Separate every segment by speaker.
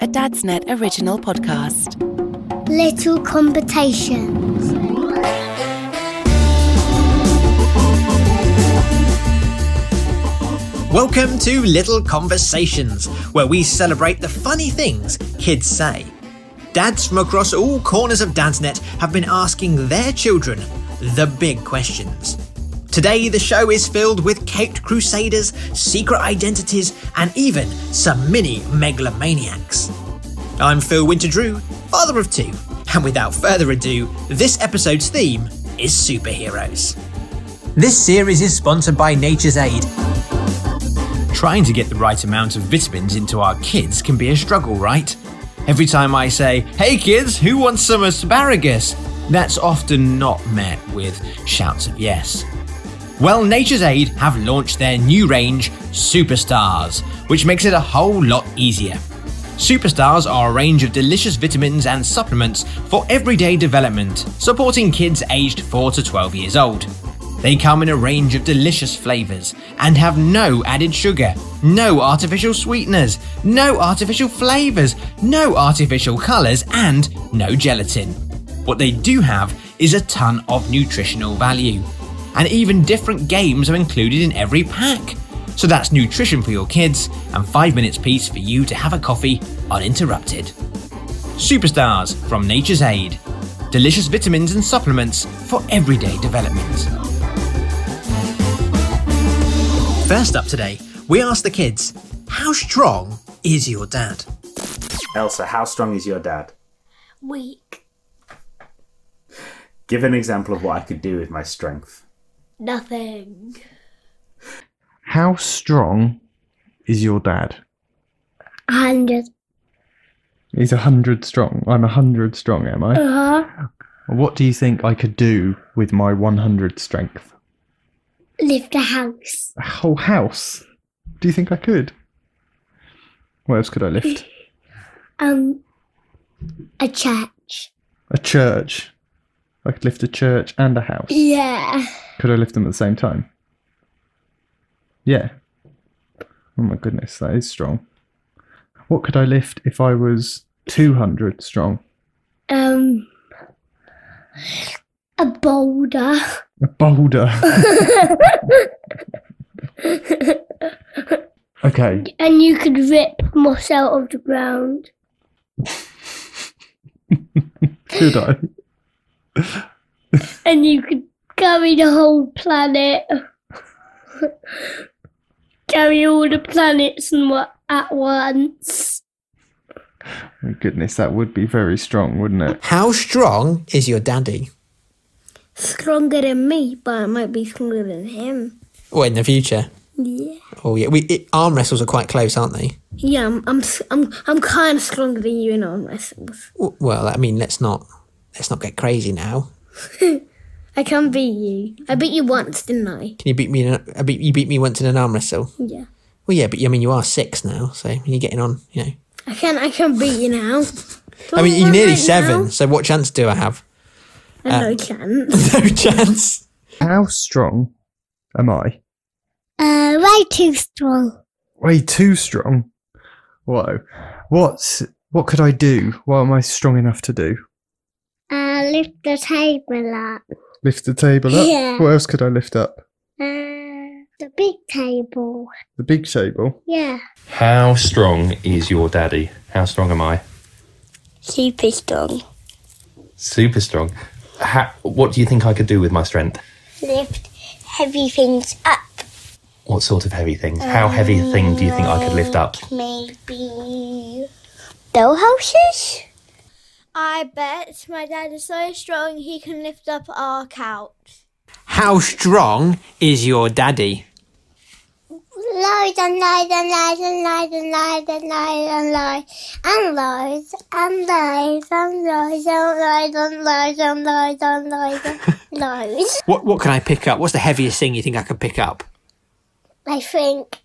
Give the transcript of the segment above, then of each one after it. Speaker 1: a Dadsnet original podcast.
Speaker 2: Little competitions.
Speaker 3: Welcome to Little Conversations, where we celebrate the funny things kids say. Dads from across all corners of Dadsnet have been asking their children the big questions. Today, the show is filled with caped crusaders, secret identities, and even some mini megalomaniacs. I'm Phil Winterdrew, father of two, and without further ado, this episode's theme is superheroes. This series is sponsored by Nature's Aid. Trying to get the right amount of vitamins into our kids can be a struggle, right? Every time I say, hey kids, who wants some asparagus? That's often not met with shouts of yes. Well, Nature's Aid have launched their new range, Superstars, which makes it a whole lot easier. Superstars are a range of delicious vitamins and supplements for everyday development, supporting kids aged 4 to 12 years old. They come in a range of delicious flavours and have no added sugar, no artificial sweeteners, no artificial flavours, no artificial colours, and no gelatin. What they do have is a ton of nutritional value. And even different games are included in every pack. So that's nutrition for your kids and five minutes peace for you to have a coffee uninterrupted. Superstars from Nature's Aid. Delicious vitamins and supplements for everyday development. First up today, we asked the kids, How strong is your dad?
Speaker 4: Elsa, how strong is your dad?
Speaker 2: Weak.
Speaker 4: Give an example of what I could do with my strength.
Speaker 2: Nothing.
Speaker 5: How strong is your dad?
Speaker 2: A hundred.
Speaker 5: He's a hundred strong. I'm a hundred strong, am I?
Speaker 2: Uh-huh.
Speaker 5: What do you think I could do with my one hundred strength?
Speaker 2: Lift a house.
Speaker 5: A whole house? Do you think I could? What else could I lift?
Speaker 2: Um, a church.
Speaker 5: A church. I could lift a church and a house.
Speaker 2: Yeah.
Speaker 5: Could I lift them at the same time? Yeah. Oh my goodness, that is strong. What could I lift if I was two hundred strong?
Speaker 2: Um, a boulder.
Speaker 5: A boulder. okay.
Speaker 2: And you could rip moss out of the ground.
Speaker 5: Could I?
Speaker 2: And you could carry the whole planet. carry all the planets and what at once.
Speaker 5: My goodness, that would be very strong, wouldn't it?
Speaker 3: How strong is your daddy?
Speaker 2: Stronger than me, but I might be stronger than him.
Speaker 3: Or in the future?
Speaker 2: Yeah.
Speaker 3: Oh, yeah. We, it, arm wrestles are quite close, aren't they?
Speaker 2: Yeah, I'm I'm s- I'm, I'm kind of stronger than you in arm wrestles.
Speaker 3: W- Well, I mean, let's not let's not get crazy now.
Speaker 2: I can beat you. I beat you once, didn't I?
Speaker 3: Can you beat me? In a, I beat, you beat me once in an arm wrestle.
Speaker 2: Yeah.
Speaker 3: Well, yeah, but I mean, you are six now, so you're getting on. You know,
Speaker 2: I can I can beat you now.
Speaker 3: I mean, you're
Speaker 2: Right
Speaker 3: nearly
Speaker 2: now,
Speaker 3: seven. uh, So what chance do I have?
Speaker 2: I have no chance.
Speaker 3: no chance.
Speaker 5: How strong am I?
Speaker 2: Uh, way too strong.
Speaker 5: Way too strong. Whoa. What's what could I do? What am I strong enough to do?
Speaker 2: Uh, lift the table up.
Speaker 5: Lift the table up.
Speaker 2: Yeah.
Speaker 5: What else could I lift up?
Speaker 2: Uh, the big table.
Speaker 5: The big table.
Speaker 2: Yeah.
Speaker 6: How strong is your daddy? How strong am I?
Speaker 2: Super strong.
Speaker 6: Super strong. How, what do you think I could do with my strength?
Speaker 2: Lift heavy things up.
Speaker 6: What sort of heavy things? How heavy a thing do you think I could lift up?
Speaker 2: Maybe dollhouses?
Speaker 7: I bet my dad is so strong he can lift up our couch.
Speaker 3: How strong is your daddy?
Speaker 2: Loads and loads and loads and loads and loads and loads and loads and loads and loads and loads and loads and loads and loads and loads and loads.
Speaker 3: What What can I pick up? What's the heaviest thing you think I could pick up?
Speaker 2: I think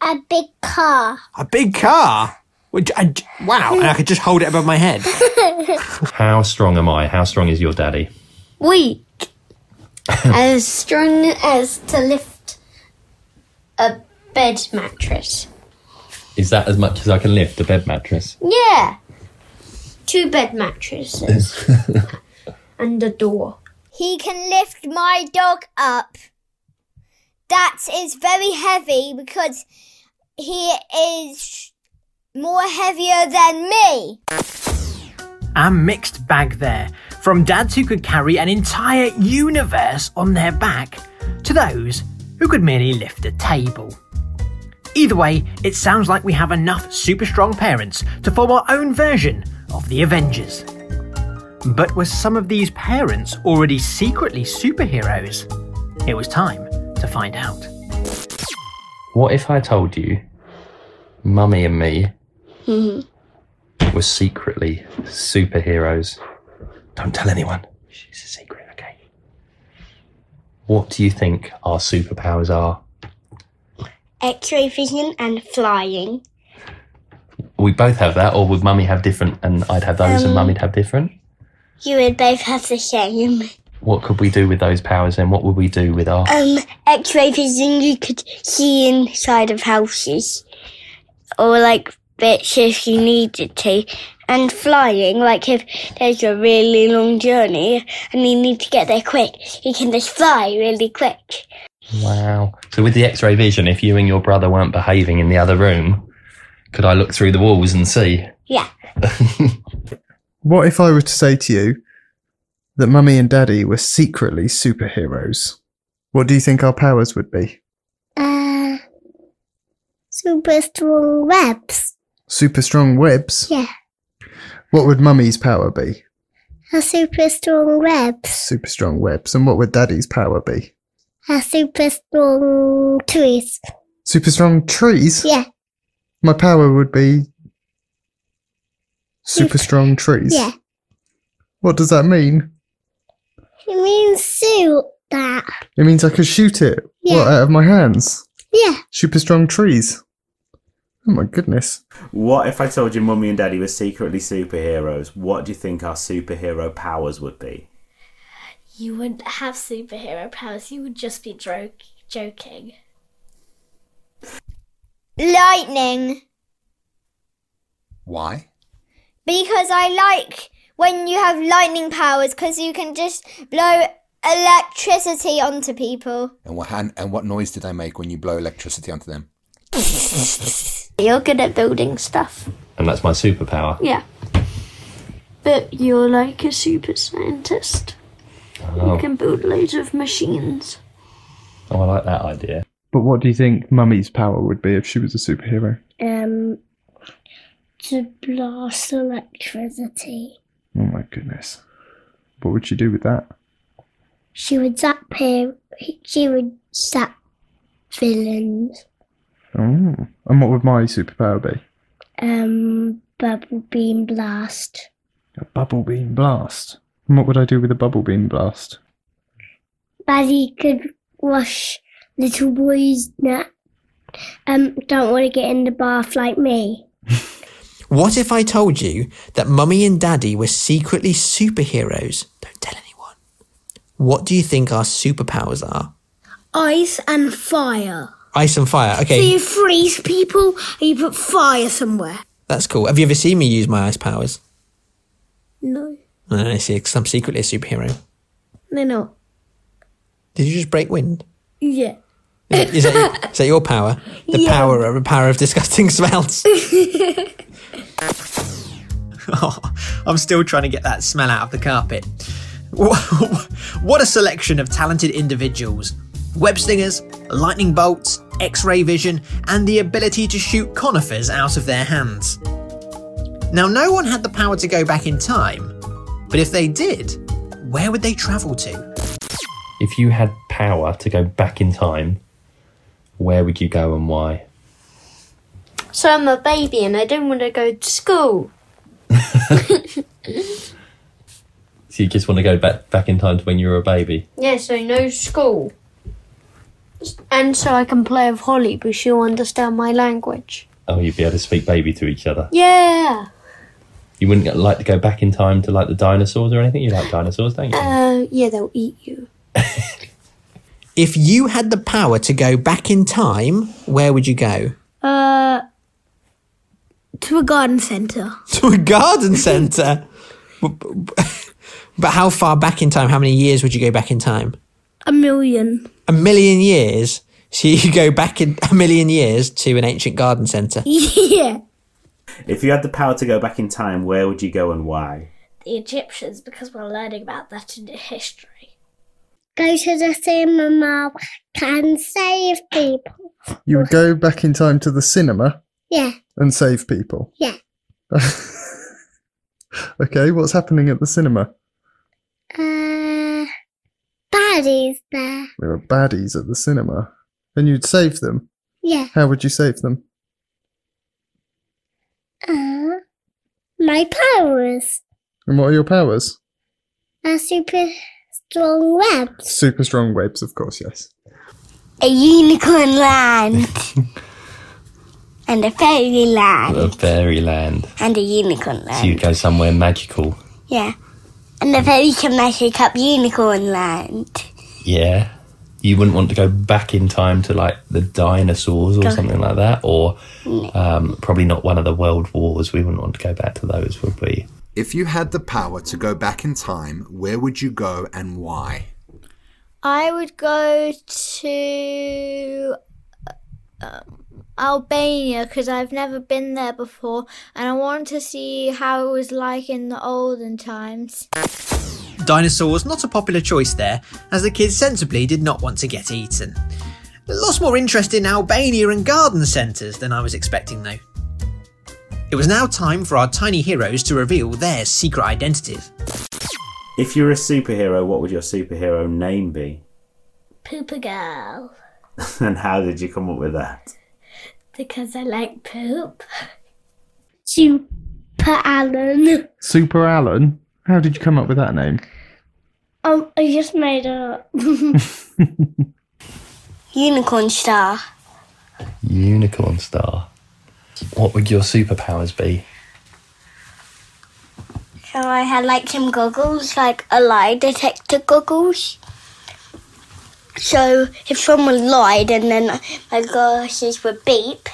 Speaker 2: a big car.
Speaker 3: A big car. Would I- wow! And I could just hold it above my head.
Speaker 6: How strong am I? How strong is your daddy?
Speaker 7: Weak. as strong as to lift a bed mattress.
Speaker 6: Is that as much as I can lift a bed mattress?
Speaker 7: Yeah. Two bed mattresses and a door.
Speaker 8: He can lift my dog up. That is very heavy because he is more heavier than me.
Speaker 3: A mixed bag there, from dads who could carry an entire universe on their back to those who could merely lift a table. Either way, it sounds like we have enough super strong parents to form our own version of the Avengers. But were some of these parents already secretly superheroes? It was time to find out.
Speaker 6: What if I told you, mummy and me were secretly superheroes? Don't tell anyone. It's a secret, okay? What do you think our superpowers are?
Speaker 7: X ray vision and flying.
Speaker 6: We both have that, or would mummy have different and I'd have those and mummy'd have different?
Speaker 7: You would both have the same.
Speaker 6: What could we do with those powers and what would we do with our.
Speaker 7: Um, X-ray vision you could see inside of houses, or like bits if you needed to, and flying. Like if there's a really long journey and you need to get there quick, you can just fly really quick.
Speaker 6: Wow. So with the X-ray vision, if you and your brother weren't behaving in the other room, could I look through the walls and see?
Speaker 7: Yeah.
Speaker 5: What if I were to say to you that mummy and daddy were secretly superheroes? What do you think our powers would be?
Speaker 2: Uh, super strong webs.
Speaker 5: Super strong webs?
Speaker 2: Yeah.
Speaker 5: What would mummy's power be?
Speaker 2: A super strong webs.
Speaker 5: Super strong webs. And what would daddy's power be?
Speaker 2: A super strong trees.
Speaker 5: Super strong trees?
Speaker 2: Yeah.
Speaker 5: My power would be super strong trees.
Speaker 2: Yeah.
Speaker 5: What does that mean?
Speaker 2: It means suit that.
Speaker 5: It means I could shoot it
Speaker 2: Yeah.
Speaker 5: what, out of my hands.
Speaker 2: Yeah.
Speaker 5: Super strong trees. Oh my goodness.
Speaker 4: What if I told you mummy and daddy were secretly superheroes? What do you think our superhero powers would be?
Speaker 9: You wouldn't have superhero powers. You would just be dro- joking.
Speaker 8: Lightning.
Speaker 10: Why?
Speaker 8: Because I like when you have lightning powers because you can just blow electricity onto people.
Speaker 10: And what hand, and what noise did I make when you blow electricity onto them?
Speaker 9: You're good at building stuff.
Speaker 6: And that's my superpower.
Speaker 9: Yeah. But you're like a super scientist. You
Speaker 6: Oh,
Speaker 9: can build loads of machines.
Speaker 6: oh, I like that idea.
Speaker 5: But what do you think mummy's power would be if she was a superhero?
Speaker 2: Um, to blast electricity.
Speaker 5: Oh my goodness. What would she do with that?
Speaker 2: She would zap him. She would zap villains.
Speaker 5: Oh. And what would my superpower be?
Speaker 2: Um, bubble beam blast.
Speaker 5: A bubble beam blast. And what would I do with a bubble beam blast?
Speaker 2: Daddy could wash little boys that um don't want to get in the bath like me.
Speaker 3: What if I told you that mummy and daddy were secretly superheroes? Don't tell anyone. What do you think our superpowers are?
Speaker 11: Ice and fire.
Speaker 3: Ice and fire.
Speaker 11: So
Speaker 3: Okay,
Speaker 11: you freeze people and you put fire somewhere.
Speaker 3: that's cool. Have you ever seen me use my ice powers?
Speaker 11: No,
Speaker 3: No, I see, 'cause I'm secretly a superhero.
Speaker 11: no, no.
Speaker 3: Did you just break wind?
Speaker 11: Yeah.
Speaker 3: Is that- is that your- is that your power? The power of power of disgusting smells. oh, I'm still trying to get that smell out of the carpet. What a selection of talented individuals. Web slingers, lightning bolts, x-ray vision, and the ability to shoot conifers out of their hands. Now no one had the power to go back in time, but if they did, where would they travel to?
Speaker 6: If you had power to go back in time, where would you go and why?
Speaker 7: So I'm a baby and I don't want to go to school.
Speaker 6: So you just want to go back back in time to when you were a baby?
Speaker 7: Yeah, so no school. And so I can play with Holly, but she'll understand my language.
Speaker 6: Oh, you'd be able to speak baby to each other.
Speaker 7: Yeah.
Speaker 6: You wouldn't like to go back in time to like the dinosaurs or anything. You like dinosaurs, don't you?
Speaker 7: Uh, yeah, they'll eat you.
Speaker 3: If you had the power to go back in time, where would you go?
Speaker 7: Uh,
Speaker 11: to a garden centre.
Speaker 3: to a garden centre. but, but how far back in time? How many years would you go back in time?
Speaker 11: A million.
Speaker 3: A million years. So you go back in a million years to an ancient garden centre.
Speaker 11: yeah.
Speaker 4: If you had the power to go back in time, where would you go and why?
Speaker 9: The Egyptians, because we're learning about that in history.
Speaker 2: Go to the cinema and save people.
Speaker 5: You would go back in time to the cinema
Speaker 2: Yeah,
Speaker 5: and save people.
Speaker 2: yeah.
Speaker 5: Okay, what's happening at the cinema?
Speaker 2: Uh, baddies there.
Speaker 5: There are baddies at the cinema. And you'd save them.
Speaker 2: Yeah.
Speaker 5: How would you save them?
Speaker 2: Uh, my powers
Speaker 5: And what are your powers?
Speaker 2: are super strong web.
Speaker 5: Super strong webs, of course, yes.
Speaker 7: A unicorn land. and a fairy land.
Speaker 6: A fairyland.
Speaker 7: And a unicorn
Speaker 6: So you
Speaker 7: land.
Speaker 6: go somewhere magical.
Speaker 7: Yeah. And a very magic up unicorn land.
Speaker 6: Yeah. You wouldn't want to go back in time to like the dinosaurs or
Speaker 7: Go-
Speaker 6: something like that, or um, probably not one of the world wars. We wouldn't want to go back to those, would we?
Speaker 10: If you had the power to go back in time, where would you go and why?
Speaker 8: I would go to um, Albania because I've never been there before and I wanted to see how it was like in the olden times.
Speaker 3: Dinosaurs not a popular choice there, as the kids sensibly did not want to get eaten. Lots more interest in Albania and garden centres than I was expecting, though. It was now time for our tiny heroes to reveal their secret identities.
Speaker 4: If you were a superhero, what would your superhero name be?
Speaker 9: Pooper girl,
Speaker 4: and how did you come up with that?
Speaker 9: because I like poop.
Speaker 7: Super Alan.
Speaker 5: Super Alan? How did you come up with that name?
Speaker 7: Oh, I just made a unicorn star.
Speaker 6: Unicorn star. What would your superpowers be?
Speaker 7: So I had like some goggles, like a lie detector goggles. So if someone lied and then my glasses would beep,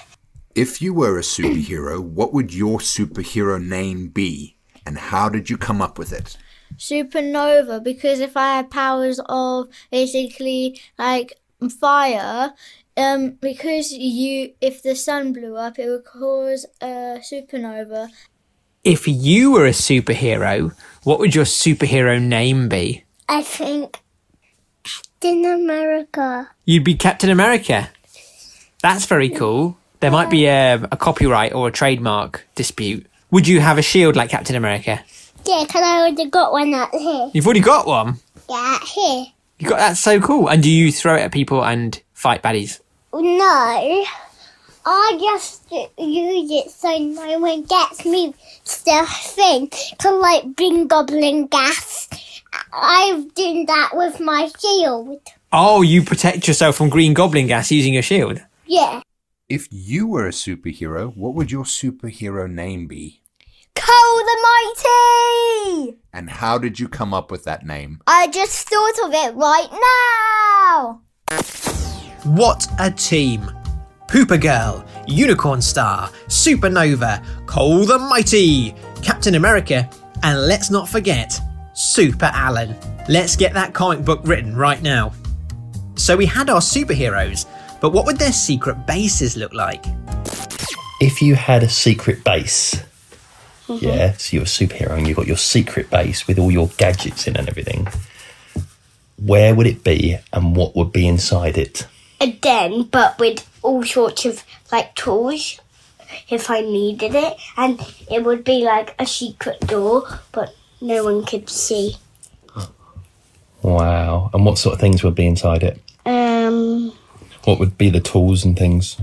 Speaker 10: If you were a superhero, what would your superhero name be? And how did you come up with it?
Speaker 8: Supernova because if I had powers of basically like fire, um, because you if the sun blew up, it would cause a supernova.
Speaker 3: If you were a superhero, what would your superhero name be?
Speaker 2: I think Captain America.
Speaker 3: You'd be Captain America. That's very cool. There might be um, a, a copyright or a trademark dispute. Would you have a shield like Captain America?
Speaker 2: Yeah, 'cause I already got one out here.
Speaker 3: You've already got one.
Speaker 2: Yeah, out here.
Speaker 3: You got that's so cool. And do you throw it at people and fight baddies?
Speaker 2: No, I just use it so no one gets me stuff in. Cause like bling goblin gas. I've done that with my shield.
Speaker 3: Oh, you protect yourself from green goblin gas using your shield.
Speaker 2: Yeah.
Speaker 10: If you were a superhero, what would your superhero name be?
Speaker 8: Cole the Mighty!
Speaker 10: And how did you come up with that name?
Speaker 8: I just thought of it right now!
Speaker 3: What a team! Pooper Girl, Unicorn Star, Supernova, Cole the Mighty, Captain America, and let's not forget, Super Alan. Let's get that comic book written right now. So we had our superheroes, but what would their secret bases look like?
Speaker 6: If you had a secret base, yeah, so you're a superhero and you've got your secret base with all your gadgets in and everything, where would it be and what would be inside it?
Speaker 7: a den, but with all sorts of like tools if I needed it, and it would be like a secret door, but no one could see.
Speaker 6: Wow. And what sort of things would be inside it?
Speaker 7: Um,
Speaker 6: What would be the tools and things?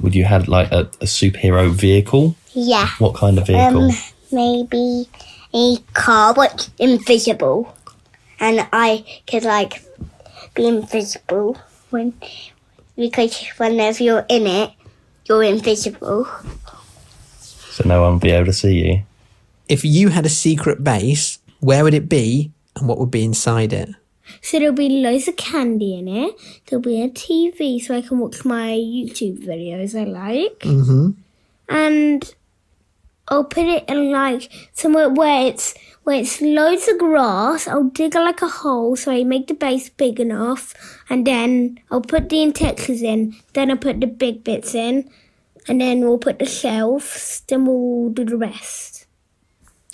Speaker 6: Would you have like a, a superhero vehicle?
Speaker 7: yeah.
Speaker 6: What kind of vehicle?
Speaker 7: Um, maybe a car, but invisible, and I could like be invisible when because whenever you're in it, you're invisible.
Speaker 6: so no one would be able to see you.
Speaker 3: If you had a secret base, where would it be and what would be inside it?
Speaker 11: So there'll be loads of candy in it. There'll be a TV so I can watch my YouTube videos I like.
Speaker 3: Mm hmm.
Speaker 11: and I'll put it in like somewhere where it's where it's loads of grass. I'll dig like a hole so I make the base big enough, and then I'll put the interiors in. Then I'll put the big bits in, and then we'll put the shelves. Then we'll do the rest.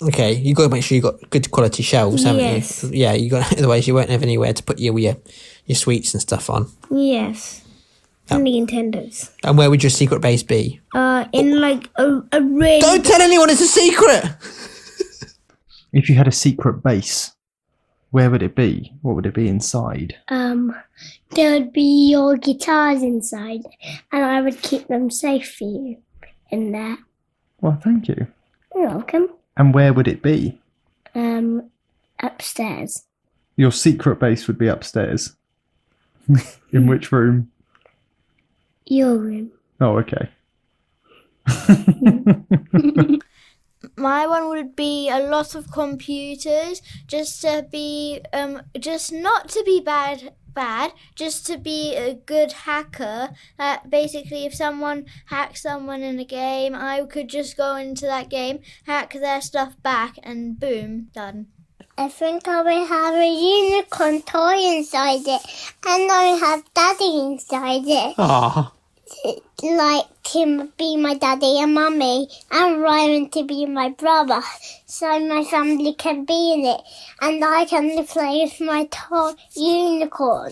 Speaker 12: Okay, you got to make sure you got good quality shelves, haven't
Speaker 11: Yes.
Speaker 12: you? Yeah, you got. Otherwise, you won't have anywhere to put your your, your sweets and stuff on.
Speaker 11: Yes, and the Nintendos.
Speaker 12: And where would your secret base be?
Speaker 11: Uh, in like a a really.
Speaker 12: Don't tell anyone it's a secret.
Speaker 5: If you had a secret base, where would it be? What would it be inside?
Speaker 11: Um, there would be your guitars inside, and I would keep them safe for you in there.
Speaker 5: Well, thank you.
Speaker 11: You're welcome.
Speaker 5: And where would it be?
Speaker 11: Um, upstairs.
Speaker 5: Your secret base would be upstairs. In which room?
Speaker 11: Your room.
Speaker 5: Oh, okay.
Speaker 8: My one would be a lot of computers, just to be, um, just not to be bad, bad, just to be a good hacker. Uh, basically, if someone hacks someone in a game, I could just go into that game, hack their stuff back, and boom, done.
Speaker 2: I think I will have a unicorn toy inside it, and I will have daddy inside it.
Speaker 12: Ah,
Speaker 2: Like to be my daddy and mummy, and Ryan to be my brother, so my family can be in it, and I can play with my toy unicorn.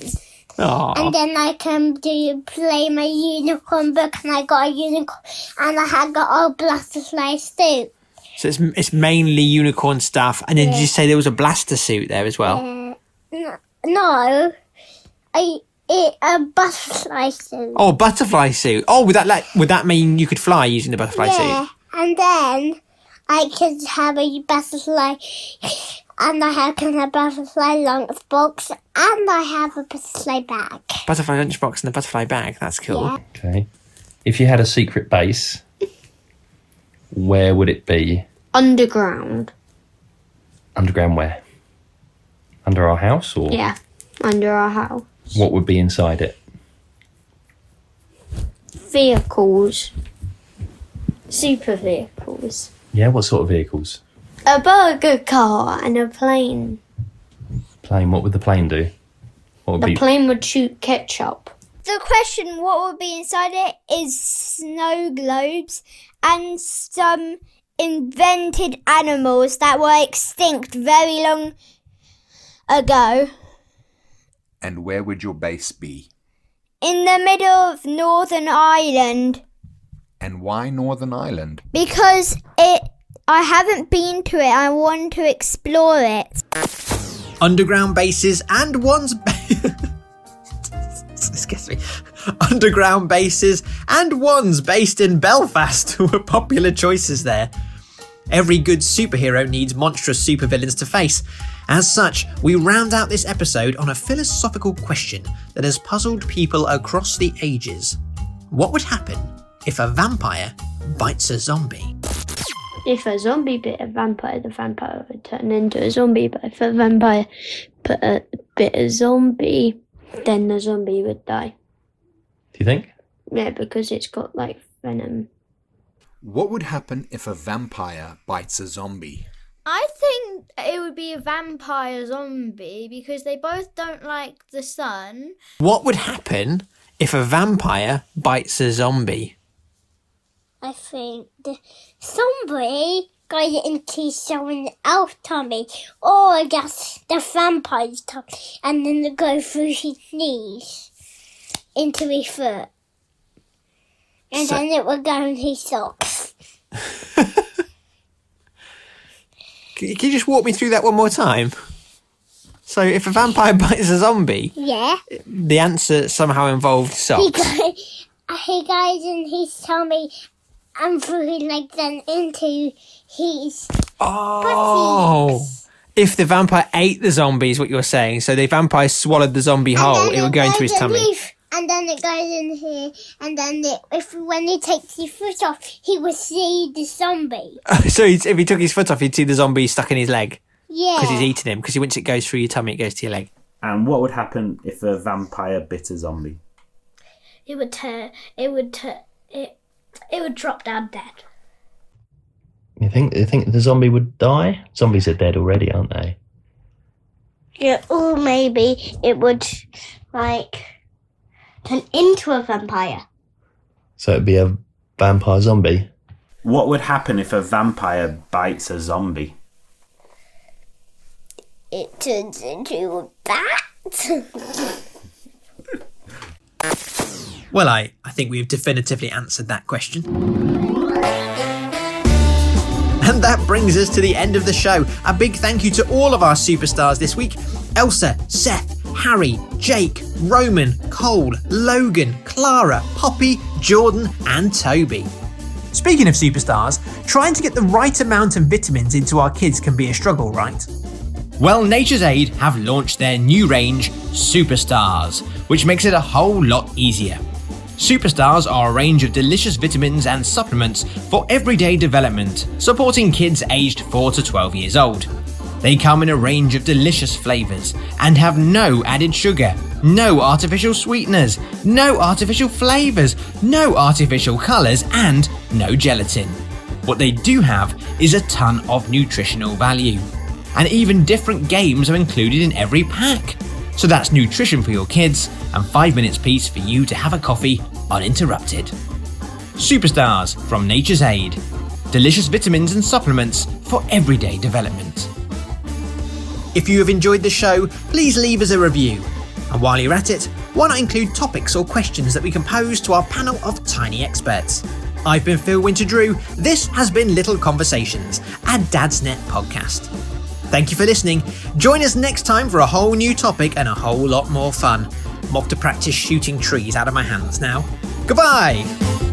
Speaker 2: And then I can do play my unicorn book, and I got a unicorn, and I had got all butterfly suit.
Speaker 12: so it's it's mainly unicorn stuff. And then did you
Speaker 2: Yeah.
Speaker 12: say there was a blaster suit there as well?
Speaker 2: Uh, n- no, I it a butterfly suit.
Speaker 12: Oh, butterfly suit. Oh, would that like, would that mean you could fly using the butterfly
Speaker 2: yeah,
Speaker 12: suit?
Speaker 2: and then I could have a butterfly, and I have can have butterfly lunchbox, and I have a butterfly bag.
Speaker 12: Butterfly lunchbox and the butterfly bag. That's cool.
Speaker 6: Okay. If you had a secret base, where would it be?
Speaker 13: Underground.
Speaker 6: Underground where? Under our house or
Speaker 13: Yeah, under our house.
Speaker 6: what would be inside it?
Speaker 13: Vehicles. Super vehicles.
Speaker 6: Yeah, what sort of vehicles?
Speaker 13: A burger car and a plane.
Speaker 6: Plane, what would the plane do? What would
Speaker 13: The
Speaker 6: be
Speaker 13: plane would shoot ketchup.
Speaker 14: The question, what would be inside it, is snow globes and some invented animals that were extinct very long ago
Speaker 10: And where would your base be?
Speaker 14: in the middle of Northern Ireland
Speaker 10: And why Northern Ireland?
Speaker 14: because it. I haven't been to it. I want to explore it.
Speaker 3: Underground bases and one's. Ba- this gets me. Underground bases and ones based in Belfast were popular choices there. Every good superhero needs monstrous supervillains to face. As such, we round out this episode on a philosophical question that has puzzled people across the ages. What would happen if a vampire bites a zombie?
Speaker 13: If a zombie bit a vampire, the vampire would turn into a zombie. But if a vampire put a bit a zombie, then the zombie would die.
Speaker 6: Do you think?
Speaker 13: Yeah, because it's got like venom.
Speaker 10: What would happen if a vampire bites a zombie?
Speaker 8: I think it would be a vampire zombie because they both don't like the sun.
Speaker 12: What would happen if a vampire bites a zombie?
Speaker 2: I think the somebody got it into someone else's tummy, or that's Oh, the vampire's tummy, and then they go through his knees into his foot, and
Speaker 12: So-
Speaker 2: then it will go in his socks.
Speaker 12: Can you can you just walk me through that one more time? So, if a vampire bites a zombie,
Speaker 2: Yeah,
Speaker 12: the answer somehow involved
Speaker 2: he
Speaker 12: socks.
Speaker 2: goes, he goes in his tummy and through his legs and into his.
Speaker 12: Oh. If the vampire ate the zombie, is what you're saying. So the vampire swallowed the zombie whole, Oh, it would go into his tummy.
Speaker 2: Leaf, and then it goes in here, and then it, if when he takes his foot off, he will see the zombie.
Speaker 12: so he'd- if he took his foot off, he'd see the zombie stuck in his leg because he's
Speaker 2: Yeah.
Speaker 12: eating him. Because once it goes through your tummy, it goes to your leg.
Speaker 4: And what would happen if a vampire bit a zombie?
Speaker 9: It would turn. It would turn. It It would drop down dead.
Speaker 6: You think you think the zombie would die? Zombies are dead already, aren't they?
Speaker 7: Yeah, or maybe it would like turn into a vampire.
Speaker 6: So it'd be a vampire zombie.
Speaker 4: What would happen if a vampire bites a zombie?
Speaker 2: It turns into a bat.
Speaker 3: Well, I, I think we've definitively answered that question. And that brings us to the end of the show. A big thank you to all of our superstars this week Elsa, Seth, Harry, Jake, Roman, Cole, Logan, Clara, Poppy, Jordan, and Toby. Speaking of superstars, trying to get the right amount of vitamins into our kids can be a struggle, right? Well, Nature's Aid have launched their new range, Superstars, which makes it a whole lot easier. Superstars are a range of delicious vitamins and supplements for everyday development, supporting kids aged 4 to 12 years old. They come in a range of delicious flavours and have no added sugar, no artificial sweeteners, no artificial flavours, no artificial colours, and no gelatin. What they do have is a ton of nutritional value and even different games are included in every pack. So that's nutrition for your kids and five minutes peace for you to have a coffee uninterrupted. Superstars from Nature's Aid. Delicious vitamins and supplements for everyday development. If you have enjoyed the show, please leave us a review. And while you're at it, why not include topics or questions that we can pose to our panel of tiny experts? I've been Phil Winter Drew. This has been Little Conversations, a Dadsnet podcast. Thank you for listening. Join us next time for a whole new topic and a whole lot more fun. I'm off to practice shooting trees out of my hands now. Goodbye!